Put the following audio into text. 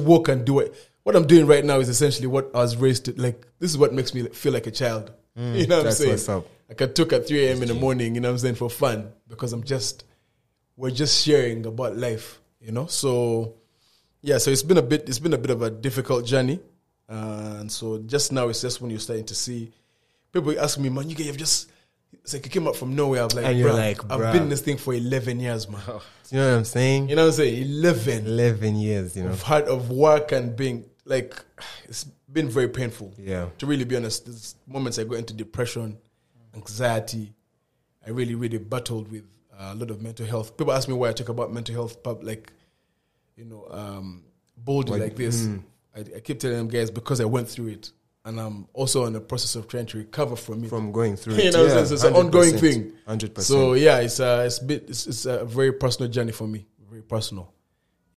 walk and do it. What I'm doing right now is essentially what I was raised to. Like this is what makes me feel like a child. you know what I'm Mm, that's saying? what's up. Like I took at 3 a.m. in the morning. You know what I'm saying for fun because I'm just we're just sharing about life. You know, so yeah, so it's been a bit. It's been a bit of a difficult journey, Uh, and so just now it's just when you're starting to see people ask me, man, you guys have just. It's like you came up from nowhere. I'm like, And you're "Bruh, like, I've "Bruh." Oh. been in this thing for 11 years, man. You know what I'm saying? You know what I'm saying? 11 Eleven years. You know. part of work and being like it's been very painful. Yeah. To really be honest, there's moments I got into depression, anxiety. I really, really battled with uh, a lot of mental health. People ask me why I talk about mental health, pub like, you know, um, boldly like, this. Mm. I, I keep telling them guys because I went through it, and I'm also in the process of trying to recover from it. From going through. you it. know, Yeah, it's, it's an ongoing thing. Hundred percent. uh, So yeah, it's a it's, bit, it's, it's a very personal journey for me. Very personal.